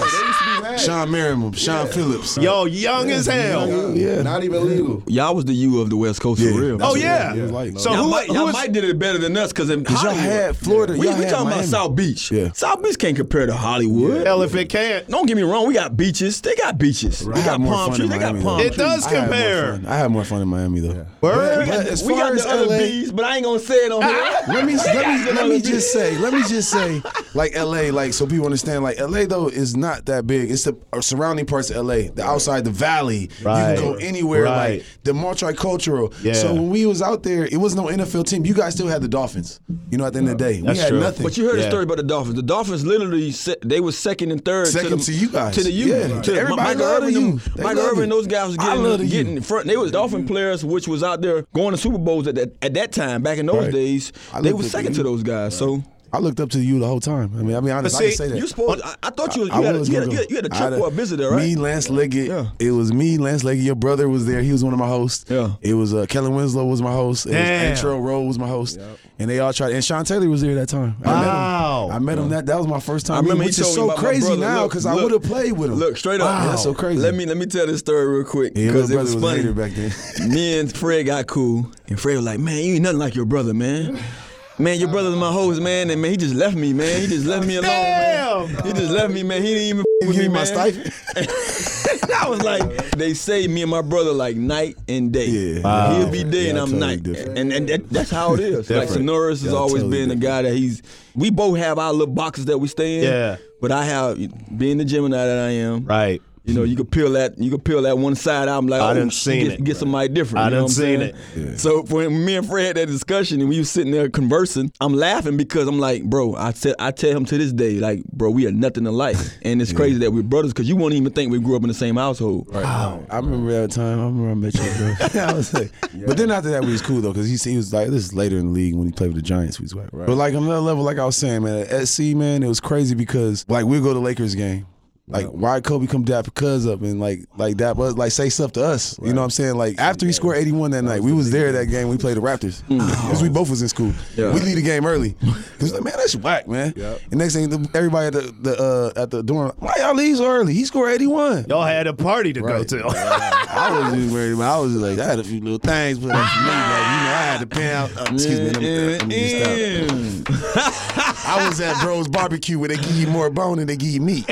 be mad. Sean Merriman, Sean Phillips. Yo, young as hell. Yeah. Not even legal. Y'all was the U of the West Coast Yeah. for real. Oh That's yeah. what it was like. So y'all who, might, who y'all was- might did it better than us because in Y'all Hollywood, had Florida. we, y'all we had talking Miami. about South Beach. Yeah. South Beach can't compare to Hollywood. hell if it can't? Don't get me wrong, we got beaches. They got beaches. I We had got more palm fun trees. in They got Miami, palm though. It trees. does I had more compare. fun. I had more fun in Miami though. We Word? got, But as we got far the as other LA bees, but I ain't gonna say *laughs* it on here. Let me They got let *laughs* me the let other me bees. just say, let me just say, like LA, like so people understand, like LA though is not that big. It's the uh, surrounding parts of LA, the outside, the valley. Right. You can go anywhere, Right. like the multicultural. Yeah. So when we was out there, it was no NFL team. You guys still had the Dolphins. You know, at the end of the day, That's we had true. nothing. But you heard Yeah. the story about the Dolphins. The Dolphins literally se- they were second and third. Second the, to you guys. To the U. Yeah. To Everybody Michael love Irvin, the them- U. They Michael love Irvin, it. those guys was I love Mm-hmm. the getting, U. getting in front. They was Dolphin players, which was out there going to Super Bowls at that, at that time. Back in those Right. days, I they looked was at the second U. to those guys. So I looked up to you the whole time. I mean, I mean, honest, I see, can say that. you supposed? I, I thought you was, you, I had, a- was you, had, gonna a- you, had, go. you had a I trip had for a visitor, right? Me, Lance Leggett. Yeah. It was me, Lance Leggett. Your brother was there. He was one of my hosts. Yeah. It was uh, Kellen Winslow was my host. It Damn. was Antro Rowe was my host. And they all tried. And Sean Taylor was there that time. I met him. Wow. I met him. That that was my first time. I remember meeting, he which is told me so about my crazy brother. now Look, because I look. would have played with him. Look straight up. Wow. That's so crazy. Let me let me tell this story real quick Yeah, your because brother it was was a funny. hater back then. *laughs* me and Fred got cool, and Fred was like, "Man, you ain't nothing like your brother, man. Man, your brother's my host, man, and man, he just left me, man. He just left me alone, man. Damn. He just left me, man. He didn't even f- with Give me, me my man. stipend. *laughs* I was like, they say me and my brother like night and day. Yeah. Wow. He'll be day Yeah, and I'm totally night. different. And and that, that's how it is. like Different. Sonoris has Yeah, always totally been the guy that he's. We both have our little boxes that we stay in. Yeah. But I have being the Gemini that I am. Right. You know, you could peel that. You could peel that one side out. I'm like, I oh, done shit, seen get, it. Get somebody different. I you know done what I'm seen saying? it. So when me and Fred had that discussion and we was sitting there conversing, I'm laughing because I'm like, bro, I tell I tell him to this day, like, bro, we are nothing *laughs* alike, and it's crazy that we're brothers because you won't even think we grew up in the same household. I remember that time. I remember I met *laughs* you, bro. I was like, but then after that, we was cool though, because he, he was like, this is later in the league when he played with the Giants, we was whack. But like on another level, like I was saying, man, at SC, man, it was crazy because like we'll go to Lakers game. Like why Kobe come dap cuz up and like like that was like say stuff to us. You know what I'm saying? Like after he scored 81 that night, we was Mm. there that game. We played the Raptors *laughs* because we both was in school. Yeah. We leave the game early. Cause like man, that's whack, man. And next thing, the- everybody at the, the uh, at the dorm, why y'all leave so early? He scored 81. Y'all had a party to go Right. to. *laughs* I wasn't even worried about. it. I was just like, I had a few little things, but that's me, like, you know, had to pay out. uh, excuse me. Let me, let me just stop. I was at Bro's Barbecue where they give you more bone than they give you meat.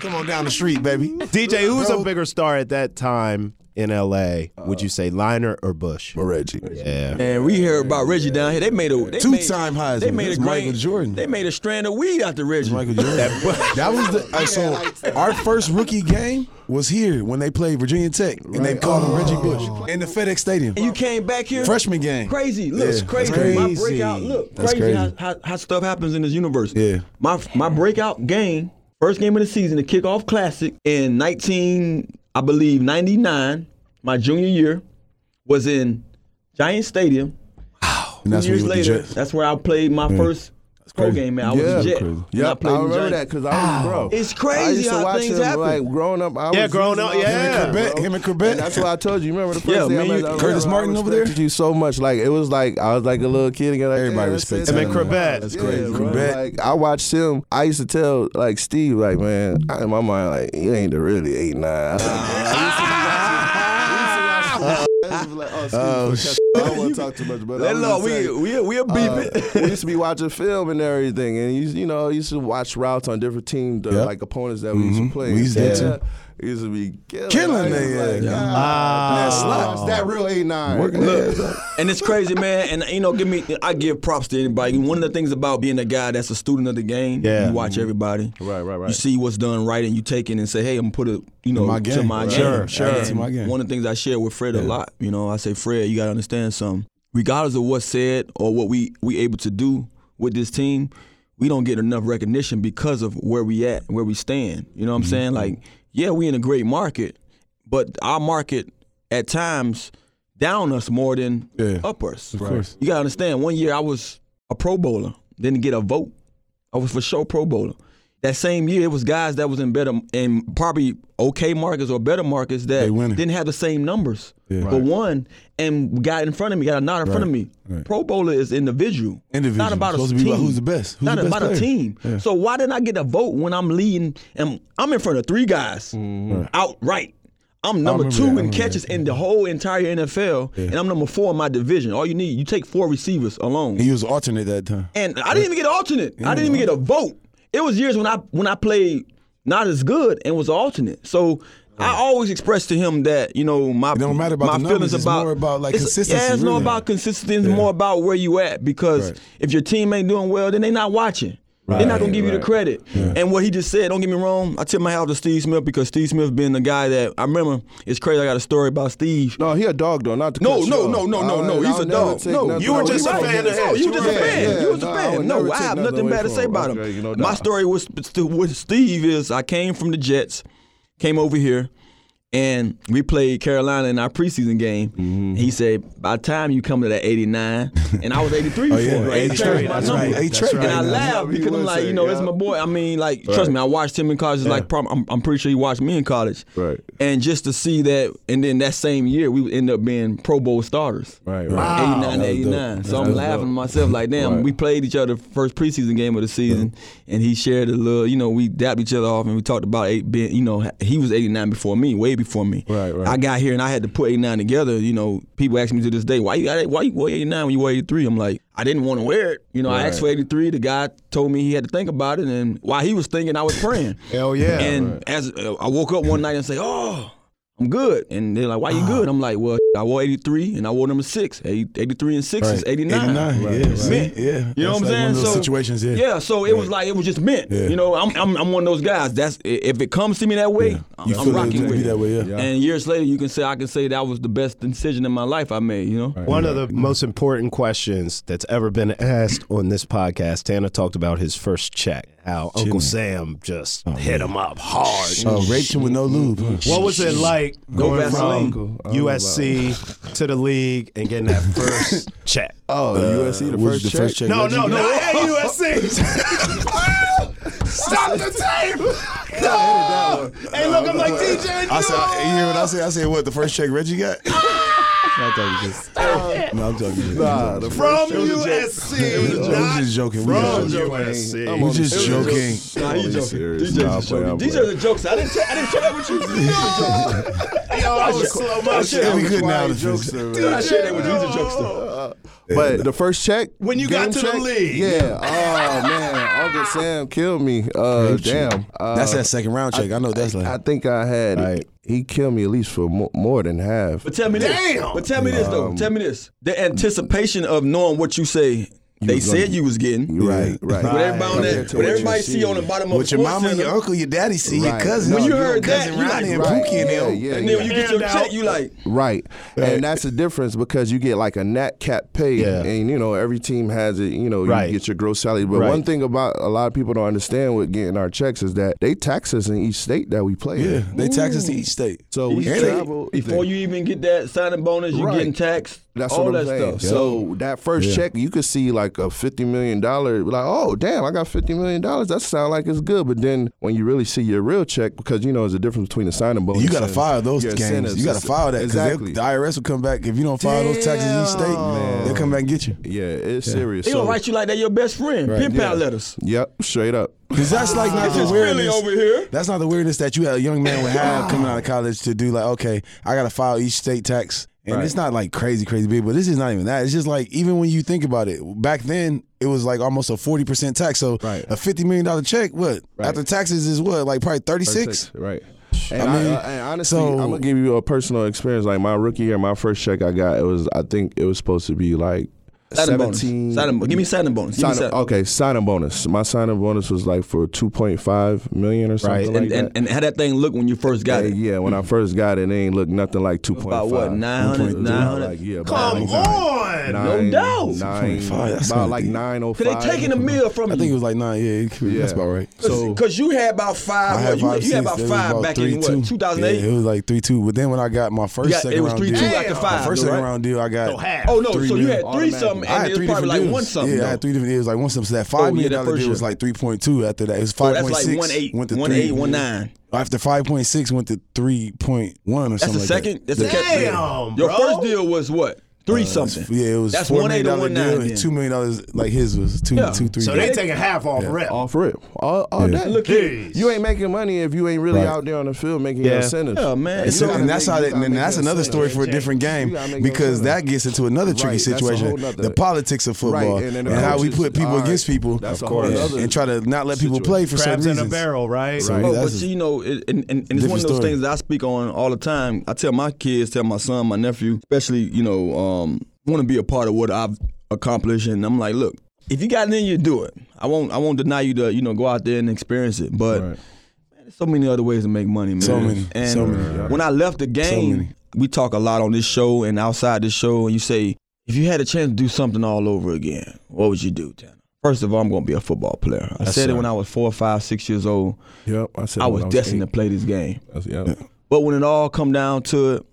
Come on down the street, baby. DJ, who was Bro. a bigger star at that time in LA? Would you say Liner or Bush? But Reggie. Yeah. And we heard about Reggie down here. They made a they Two-time made- Heisman. They made That's a grain, Michael Jordan. They made a strand of weed out the Reggie. Michael *laughs* Jordan. that was the uh, so our first rookie game was here when they played Virginia Tech and they called him Reggie Bush in the FedEx Stadium. And you came back here. Freshman game. Crazy. Look, it's Yeah, crazy. that's My crazy. breakout. Look, That's crazy, crazy. How, how, how stuff happens in this universe. Yeah. My my breakout game, first game of the season, the kickoff classic in 19, I believe 99, my junior year, was in Giant Stadium. And that's Years when he was the later, Jets. that's where I played my first pro game. Man, I was a Jet. And Yeah, played I, in remember Giants. that because I was bro. It's crazy I used to how watch things him, happen. Like growing up, I Yeah, was growing using up, all- yeah. Him and Quebec, Him and Quebec. And that's what I told you. You remember the first Yeah, day man, I met you- I was Curtis like, Martin I over there? respected You so much, like it was like I was like a little kid again. Like, Everybody yeah, respects that's it. him. Him and Quebec. That's Yeah, crazy. bro, Quebec. Like I watched him. I used to tell like Steve, like man, I, in my mind, like you ain't the really eight nine. I was like, *laughs* Oh, shit. I don't want to talk too much, but I was Look, just we saying, we we'll beep uh, it. we used to be watching film and everything, and you you know used to watch routes on different team uh, Yep. like opponents that we used to play. We used to do that, It used to be killing, Killing I was they, like, yeah. God, that's that real eight nine. Look, and it's crazy, man. And you know, give me I give props to anybody. One of the things about being a guy that's a student of the game, Yeah. you Mm-hmm. watch everybody. Right, right, right. You see what's done right and you take it and say, Hey, I'm gonna put it, you know, my to game. my Right. game. Sure, sure. And To my game. One of the things I share with Fred a lot, you know, I say, Fred, you gotta understand something. Regardless of what's said or what we we able to do with this team, we don't get enough recognition because of where we at, where we stand. You know what I'm Mm-hmm. saying? Like, yeah, we in a great market, but our market at times down us more than Yeah. up us. Of course. You gotta understand, one year I was a pro bowler, didn't get a vote. I was for sure pro bowler. That same year, it was guys that was in better and probably okay markets or better markets that They winning. didn't have the same numbers, Yeah. but won and got in front of me, got a nod in front of me. Right. Pro bowler is individual, Individual. not about Supposed to a be team. about who's the best, who's not the best about a player. team. So why didn't I get a vote when I'm leading and I'm in front of three guys outright? I'm number remember two that. I in remember catches in the whole entire NFL, and I'm number four in my division. All you need, you take four receivers alone. He was alternate that time. And I didn't even get an alternate. I didn't even get a vote. It was years when I when I played not as good and was an alternate. So I always expressed to him that you know my don't matter about my the feelings numbers, it's about more about, like, consistency, Yeah, it's more really. about consistency. It's more about where you at because Right. if your team ain't doing well, then they not watching. They're not gonna give you the credit. And what he just said, don't get me wrong. I tip my hat to Steve Smith because Steve Smith being the guy that I remember. It's crazy. I got a story about Steve. No, he a dog though. Not to No, cut you no, off. no, no, no, I'll- no. He's I'll a never dog. take No, nothing you were away just a from fan him. of his. No, you Yeah, just a fan. yeah, you was a no, I fan. would No, never I take have nothing nothing away bad to from say him. about Okay, him. you know My that. story was with Steve is I came from the Jets, came over here, and we played Carolina in our preseason game. Mm-hmm. He said, "By the time you come to that '89, and I was '83 Oh, before, yeah, 83, 83, that's right, 83. and I That's laughed what he because I'm was like, you saying, know, it's yeah. my boy. I mean, like, trust me, I watched him in college. It's like, prob- I'm, I'm pretty sure he watched me in college. Right. And just to see that, and then that same year, we end up being Pro Bowl starters. Right, right. 89 to 89. So I'm laughing to myself like, damn, we played each other first preseason game of the season, Mm-hmm. and he shared a little, you know, we dapped each other off and we talked about eight being, you know, he was 89 before me, way before me. Right, right. I got here and I had to put 89 together. You know, people ask me to this day, why you got why you wore 89 when you wore 83? I'm like, I didn't want to wear it. You know, I asked for 83. The guy told me he had to think about it, and while he was thinking, I was *laughs* praying. Hell yeah. And as uh, I woke up one night and say, "Oh, I'm good," and they're like, "Why you good?" I'm like, "Well, I wore 83 and I wore number six. Eight- 83 and six is 89." 89, yeah, see? Meant. yeah. You know That's what I'm like saying? One of those so, situations, yeah. so it was like it was just meant. Yeah. You know, I'm, I'm I'm one of those guys. That's i- if it comes to me that way, I'm, You I'm feel it rocking to with be it. that way, yeah. And years later, you can say I can say that was the best decision in my life I made. You know, One of the most important questions that's ever been asked on this podcast, Tana talked about his first check, how Uncle Sam just hit him up hard. Oh, Rachel with no lube. huh? What was it like going Vaseline. from USC to the league and getting that *laughs* first check? Oh, USC the was first the check. first check? No, Where'd no, you no, get at USC. *laughs* Stop *laughs* the tape! No! Hey, look, I'm like DJ. I said, you hear what I said? I said, what, the first check Reggie got? it? *laughs* No, I'm joking. Nah, the From first check. USC, I was not just joking. We from just joking. USC. We just joking. nah, he's serious. Nah, I'm playing, *laughs* I'm These are the jokes. I didn't, t- I didn't tell that with you. These are the jokes. Yo, Oh, slow motion. We good now. I share that with you. He's a jokester. But the first check When you got game to the check? league. yeah. Oh man, Uncle Sam killed me. Uh, damn. Uh, That's that second round check. I, know that's like. I think I had Right. he killed me at least for more, more than half. But tell me this. But tell me this Um, though. Tell me this. The anticipation of knowing what you say. They was gonna- said you was getting. You're right, right. What everybody, on Compared that, to what what everybody you see on the bottom of What your Sports mama, Center, your uncle, your daddy see, your Right. cousin. When you your heard that, cousin you Ronnie and Right. Pookie and Yeah, them. yeah, and then when you get your Hand check, out. you like, Right. And that's the difference because you get like a nat cap pay Yeah. and you know every team has it, you know, you Right. get your gross salary. But Right. one thing about a lot of people don't understand with getting our checks is that they tax us in each state that we play. yeah, in. they tax us to each state. So And we they- travel before you even get that signing bonus, you're Right. getting taxed. That's all what that I'm saying. stuff. So that first check, you could see like a fifty million dollar. Like, oh damn, I got fifty million dollars. That sound like it's good. But then when you really see your real check, because you know there's a difference between a signing bonus. You got to and file those your games. incentives. You got to file that because Exactly. the IRS will come back if you don't file those taxes in each state. Damn. They'll come back and get you. Yeah, it's serious. They gonna So- write you like that your best friend. Pen pal letters. Yep, straight up. Because that's like not the This is weirdness. Philly over here. That's not the weirdness that you a young man would have coming out of college to do. Like, okay, I got to file each state tax, and it's not like crazy, crazy big. But this is not even that. It's just like even when you think about it, back then it was like almost a forty percent tax. So Right. a fifty million dollar check, what after taxes is what like probably thirty six. Right. And, I I mean, I- and honestly, so- I'm gonna give you a personal experience. Like my rookie year, my first check I got, it was I think it was supposed to be like Signing bonus. seventeen. Signing- Give me signing bonus. Give me Sign, signing- okay, signing bonus. My signing bonus was like for two point five million or something like and, that. and, and how that thing look when you first got Yeah, it. yeah, when I first got it, it ain't look nothing like two point five. About what, 900, 900? Like, yeah, about Come like on. nine, doubt. Nine, 2.5, that's about gonna like be- nine oh five. Cause they taking a meal from I you. think it was like nine. Yeah, it could be- that's Yeah. about right. So Cause you had about I five. had five, what, you, you had six. about It was five back in what? 2008. Yeah, it was like three two. But then when I got my first Yeah, it second was round 3-2 deal, after five, my first though, second right? round deal, I got So half. oh no, so you million. had three something, I and had it was three probably different like deals. one something. Yeah, though. Oh, I had three different deals. Like one something. So that five yeah, million that dollar first deal was year. like three point two. After that, it was So five that's point like six. one eight, went to one three. eight, one nine. After five point six, went to three point one or That's something. the like second. That. That's the catch. Damn, Your bro. first deal was what? Three something. Yeah, it was That's four one million eight to dollar one deal. nine. and then. Two million dollars like his was two, Yeah. two, three. So they million. taking half off rep. off rip, all, all day. Look here. Jeez. You ain't making money if you ain't really Right. out there on the field making Yeah. your incentives. Yeah, man. And, You so- gotta and that's make- how you that, gotta and make that's your another sense. story for a different You game gotta make your because sense. that gets into another tricky Right, that's a whole situation nother- the politics of football Right, and and, then the how we coaches- put people all right, against people that's a and- whole nother and try to not let people play for Crabs certain in a reasons. barrel, right? Right. Oh, but That's- you know, it, and, and, and it's Different one of those story. things that I speak on all the time. I tell my kids, tell my son, my nephew, especially, you know, um, want to be a part of what I've accomplished. And I'm like, look, if you got it in you, do it. I won't, I won't deny you to, you know, go out there and experience it. But man, there's so many other ways to make money, man. So many, And so many. when I left the game, many. we talk a lot on this show and outside this show, and you say, if you had a chance to do something all over again, what would you do, Tanner? First of all, I'm going to be a football player. I said it when I was four, five, six years old. Yep, I said I when was destined to play this game. eight. I said, yeah. But when it all come down to it,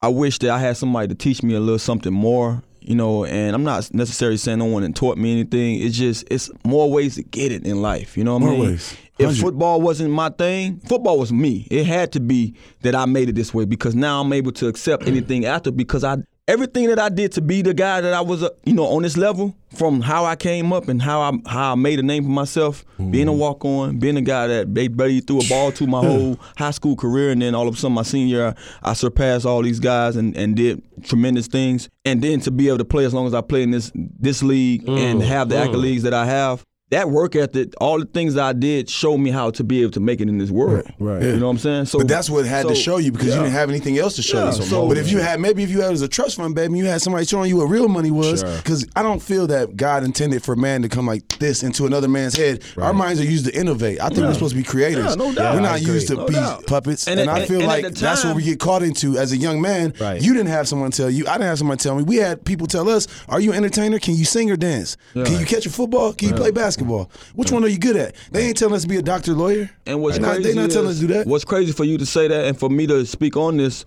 I wish that I had somebody to teach me a little something more, you know. And I'm not necessarily saying no one had taught me anything. It's just it's more ways to get it in life. You know what More I mean? ways. If 100. football wasn't my thing, football was me. It had to be that I made it this way because now I'm able to accept anything after because I everything that I did to be the guy that I was, uh, you know, on this level from how I came up and how I how I made a name for myself, being a Mm-hmm. walk on, being a guy that they barely threw a ball *laughs* to my whole high school career, and then all of a sudden my senior year, I surpassed all these guys and, and did tremendous things, and then to be able to play as long as I play in this this league Mm, and have the accolades that I have. That work ethic, all the things I did, showed me how to be able to make it in this world. right. You know what I'm saying? So, But that's what had so- to show you because you didn't have anything else to show Yeah, you. so- but if you had, maybe if you had as a trust fund baby, you had somebody showing you what real money was. Because I don't feel that God intended for man to come like this into another man's head. Our minds are used to innovate. I think we're supposed to be creators. Yeah, no doubt. We're I not agree. used to No be doubt. puppets. And And, at- I and- feel and at like the that's time- what we get caught into as a young man. Right. You didn't have someone tell you. I didn't have someone tell me. We had people tell us, "Are you an entertainer? Can you sing or dance? Can you catch a football? Can you play basketball? Which one are you good at?" They ain't telling us to be a doctor, lawyer. And what's They not- crazy they not is, telling us to do that. What's crazy for you to say that and for me to speak on this,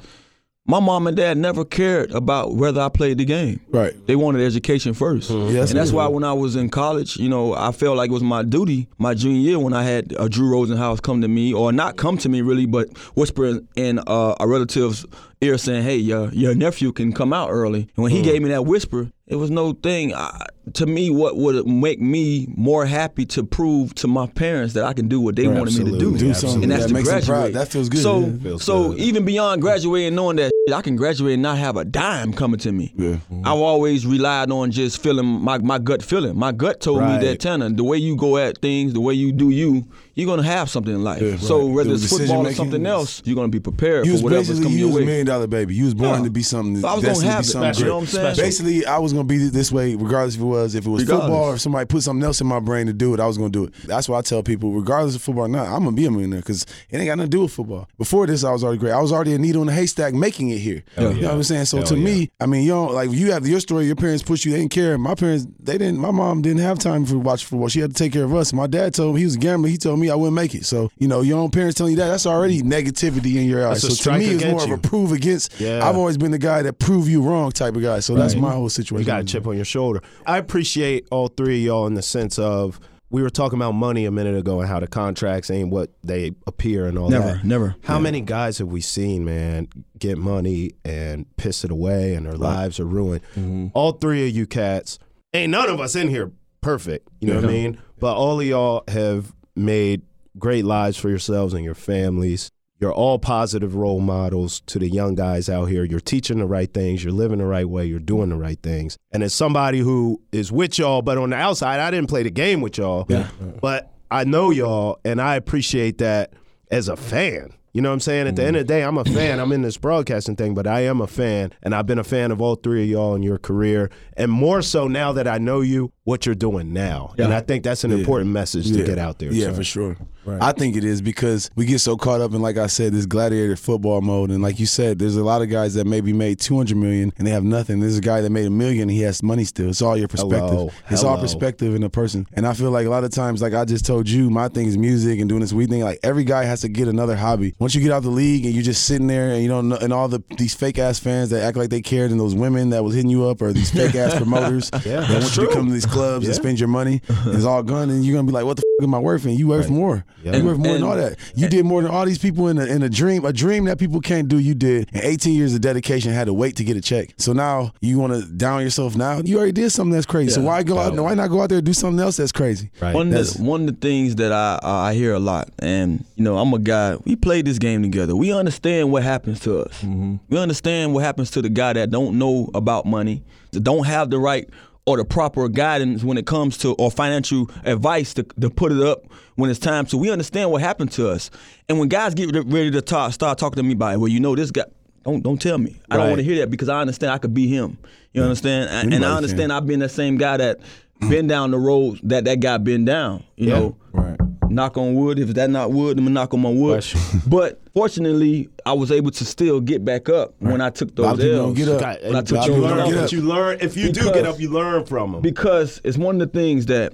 my mom and dad never cared about whether I played the game. Right. They wanted education 1st Yes, and that's sir. why when I was in college, you know, I felt like it was my duty, my junior year, when I had uh, Drew Rosenhaus come to me, or not come to me really, but whisper in uh, a relative's ear saying, hey, your, your nephew can come out early. And when he gave me that whisper, it was no thing. I, to me, what would make me more happy to prove to my parents that I can do what they wanted me to absolutely. do, Do something and that's that to makes them proud. graduate. That feels good, So, yeah. Feels so good. even beyond graduating, knowing that shit, I can graduate and not have a dime coming to me. Yeah. I've always relied on just feeling my, my gut feeling. My gut told me that Right. Tanner, the way you go at things, the way you do you, you're gonna have something in life. so right. whether The it's football or decision-making something is- else, you're gonna be prepared You for was whatever's basically coming you your was a way. million dollar baby. You was born Yeah. to be something. I was gonna destined to have be it. something You know great. what I'm saying? Basically, I was gonna be this way, regardless if it was if it was Regardless. football or if somebody put something else in my brain to do it. I was gonna do it. That's why I tell people, regardless of football or not, I'm gonna be a millionaire because it ain't got nothing to do with football. Before this, I was already great. I was already a needle in a haystack making it here. You know what I'm saying? So to me, I mean, you don't like you have your story. Your parents pushed you. They didn't care. My parents, they didn't. My mom didn't have time for watch football. She had to take care of us. My dad told me he was a gambler. He told me I wouldn't make it. So you know, your own parents telling you that that's already negativity in your eyes. That's a So to strike me, it's against more you. of a prove against. Yeah. I've always been the guy that prove you wrong type of guy. So that's my whole situation. You got a chip on your shoulder. I appreciate all three of y'all in the sense of we were talking about money a minute ago and how the contracts ain't what they appear and all Never, that. never. How many guys have we seen, man, get money and piss it away and their lives are ruined? All three of you cats, ain't none of us in here perfect. You know what I mean? But all of y'all have made great lives for yourselves and your families. You're all positive role models to the young guys out here. You're teaching the right things. You're living the right way. You're doing the right things. And as somebody who is with y'all, but on the outside, I didn't play the game with y'all. But I know y'all, and I appreciate that as a fan. You know what I'm saying? At the end of the day, I'm a fan. I'm in this broadcasting thing, but I am a fan, and I've been a fan of all three of y'all in your career, and more so now that I know you, what you're doing now. And I think that's an important message to get out there. Yeah, son. for sure. I think it is because we get so caught up in, like I said, this gladiator football mode. And like you said, there's a lot of guys that maybe made 200 million and they have nothing. There's a guy that made a million and he has money still. It's all your perspective. Hello. It's all Hello. perspective in a person. And I feel like a lot of times, like I just told you, my thing is music and doing this weed thing. Like every guy has to get another hobby. Once you get out the league and you're just sitting there and you don't know, and all the these fake ass fans that act like they cared and those women that was hitting you up or these *laughs* fake ass promoters that want you to come to these clubs and spend your money and it's all gone and you're gonna be like, what the f- am I worth? And you worth more. You And- worth more than and- all that. You did more than all these people in a, in a dream, a dream that people can't do. You did, and 18 years of dedication had to wait to get a check. So now you want to down yourself. Now you already did something that's crazy. So why go out? Why not go out there and do something else that's crazy? Right. One of, the, one of the things that I I hear a lot, and you know, I'm a guy. We play this game together. We understand what happens to us. Mm-hmm. We understand what happens to the guy that don't know about money, that don't have the right or the proper guidance when it comes to or financial advice to, to put it up when it's time. So we understand what happened to us. And when guys get re- ready to talk, start talking to me about, it, well, you know, this guy. Don't don't tell me. I don't Right. want to hear that because I understand I could be him. You understand? And- and Anybody I can. understand I've been that same guy that been down the road that that guy been down. You Yeah. know, knock on wood. If that not wood, I'm gonna knock on my wood. Bless you. *laughs* But fortunately, I was able to still get back up when I took lot those of people don't L's. get up. God, When I but took you you those don't learn, L's. get but up. you learn. If you do get Because- up, you learn from them. Because it's one of the things that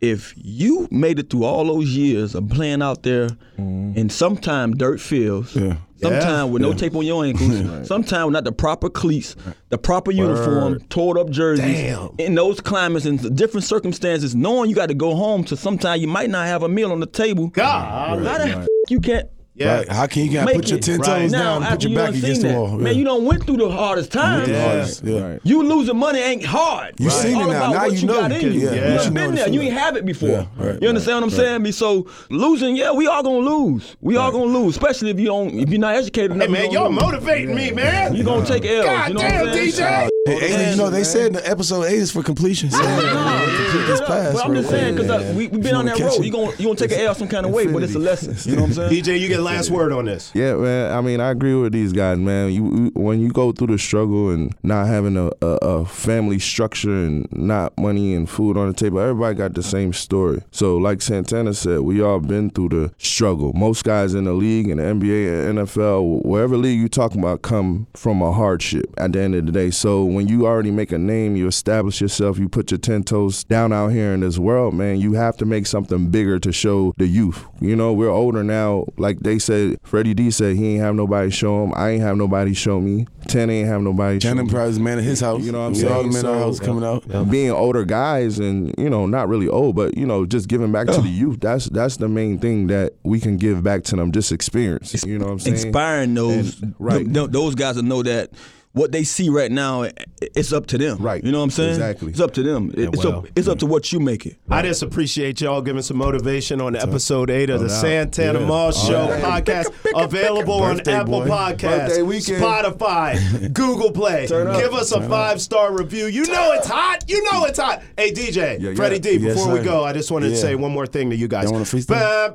if you made it through all those years of playing out there in sometime dirt fields, Mm-hmm. Yeah. sometime with no tape on *laughs* your ankles, sometime not the proper cleats, the proper uniform, tore up jerseys, in those climates and different circumstances, knowing you got to go home to sometime you might not have a meal on the table. God, How the f- you can't yeah. Right. How can you can't make put your it. ten Right. toes now down and put after your you back done against seen the that? wall? Man, Yeah. you don't went through the hardest times. Yeah. Hardest, yeah. Right. You losing money ain't hard. You seen it all now. About Now what you you know got it. in Yeah. you. You Yeah. done You been know there. it's You true. ain't have it before. Yeah. Right. You understand what I'm saying? Me so losing. Yeah, we all gonna lose. We all gonna lose, especially if you don't. If you're not educated enough. Hey man, you y'all gonna lose. motivating me, man. You gonna take L's. God you know damn, what I'm saying? DJ. Hey, you know they said in the episode eight is for completion. So complete this pass. But I'm real just saying, quick. because we we been on wanna that catch road. it. You gonna you gonna take an L some kind of way, but it's a lesson. You know what I'm *laughs* saying? DJ, you get last word on this. Yeah, man. I mean, I agree with these guys, man. You you- when you go through the struggle and not having a, a, a family structure and not money and food on the table, everybody got the same story. So, like Santana said, we all been through the struggle. Most guys in the league, in the NBA, and NFL, wherever league you talking about, uh, come from a hardship at the end of the day. So, when you already make a name, you establish yourself, you put your ten toes down out here in this world, man. You have to make something bigger to show the youth. You know, we're older now. Like they said, Freddie D said he ain't have nobody show him. I ain't have nobody show me. Ten ain't have nobody show Shannon me. Price, man, at his house. You know what I'm we saying? All the men in our So- house coming out. Being older guys and you know not really old, but you know just giving back to the youth. That's that's the main thing that we can give back to them. Just experience. You know what I'm saying? inspiring those And- right. th- th- those guys to know that what they see right now, i- it's up to them. Right. You know what I'm saying? Exactly. It's up to them. It- it's well, up, it's up to what you make it. I just appreciate y'all giving some motivation on episode eight of the Santana Yeah. Moss All Show right. podcast, available Birthday on Apple boy. Podcasts, Birthday weekend. Spotify, Google Play. Give us a five star review. You know it's hot. You know it's hot. Hey DJ, Yeah, yeah. Freddie D. Yes, Before we sir. go, I just wanted to Yeah. say one more thing to you guys. Y'all wanna freestyle?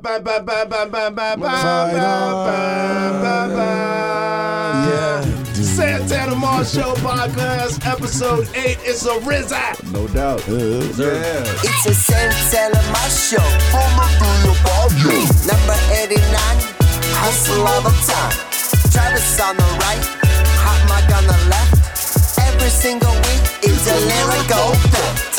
Ba, ba, ba, ba, ba, ba, ba, ba, Fight ba, ba, ba. Santana Moss Show podcast, episode eight. It's a Rizza. No doubt. Yeah. It's a Santana Mash Show. Rolling through your barrio. Number 89, hustle all the time. Travis on the right, Hot Mike on the left. Every single week, it's a lyrical thing.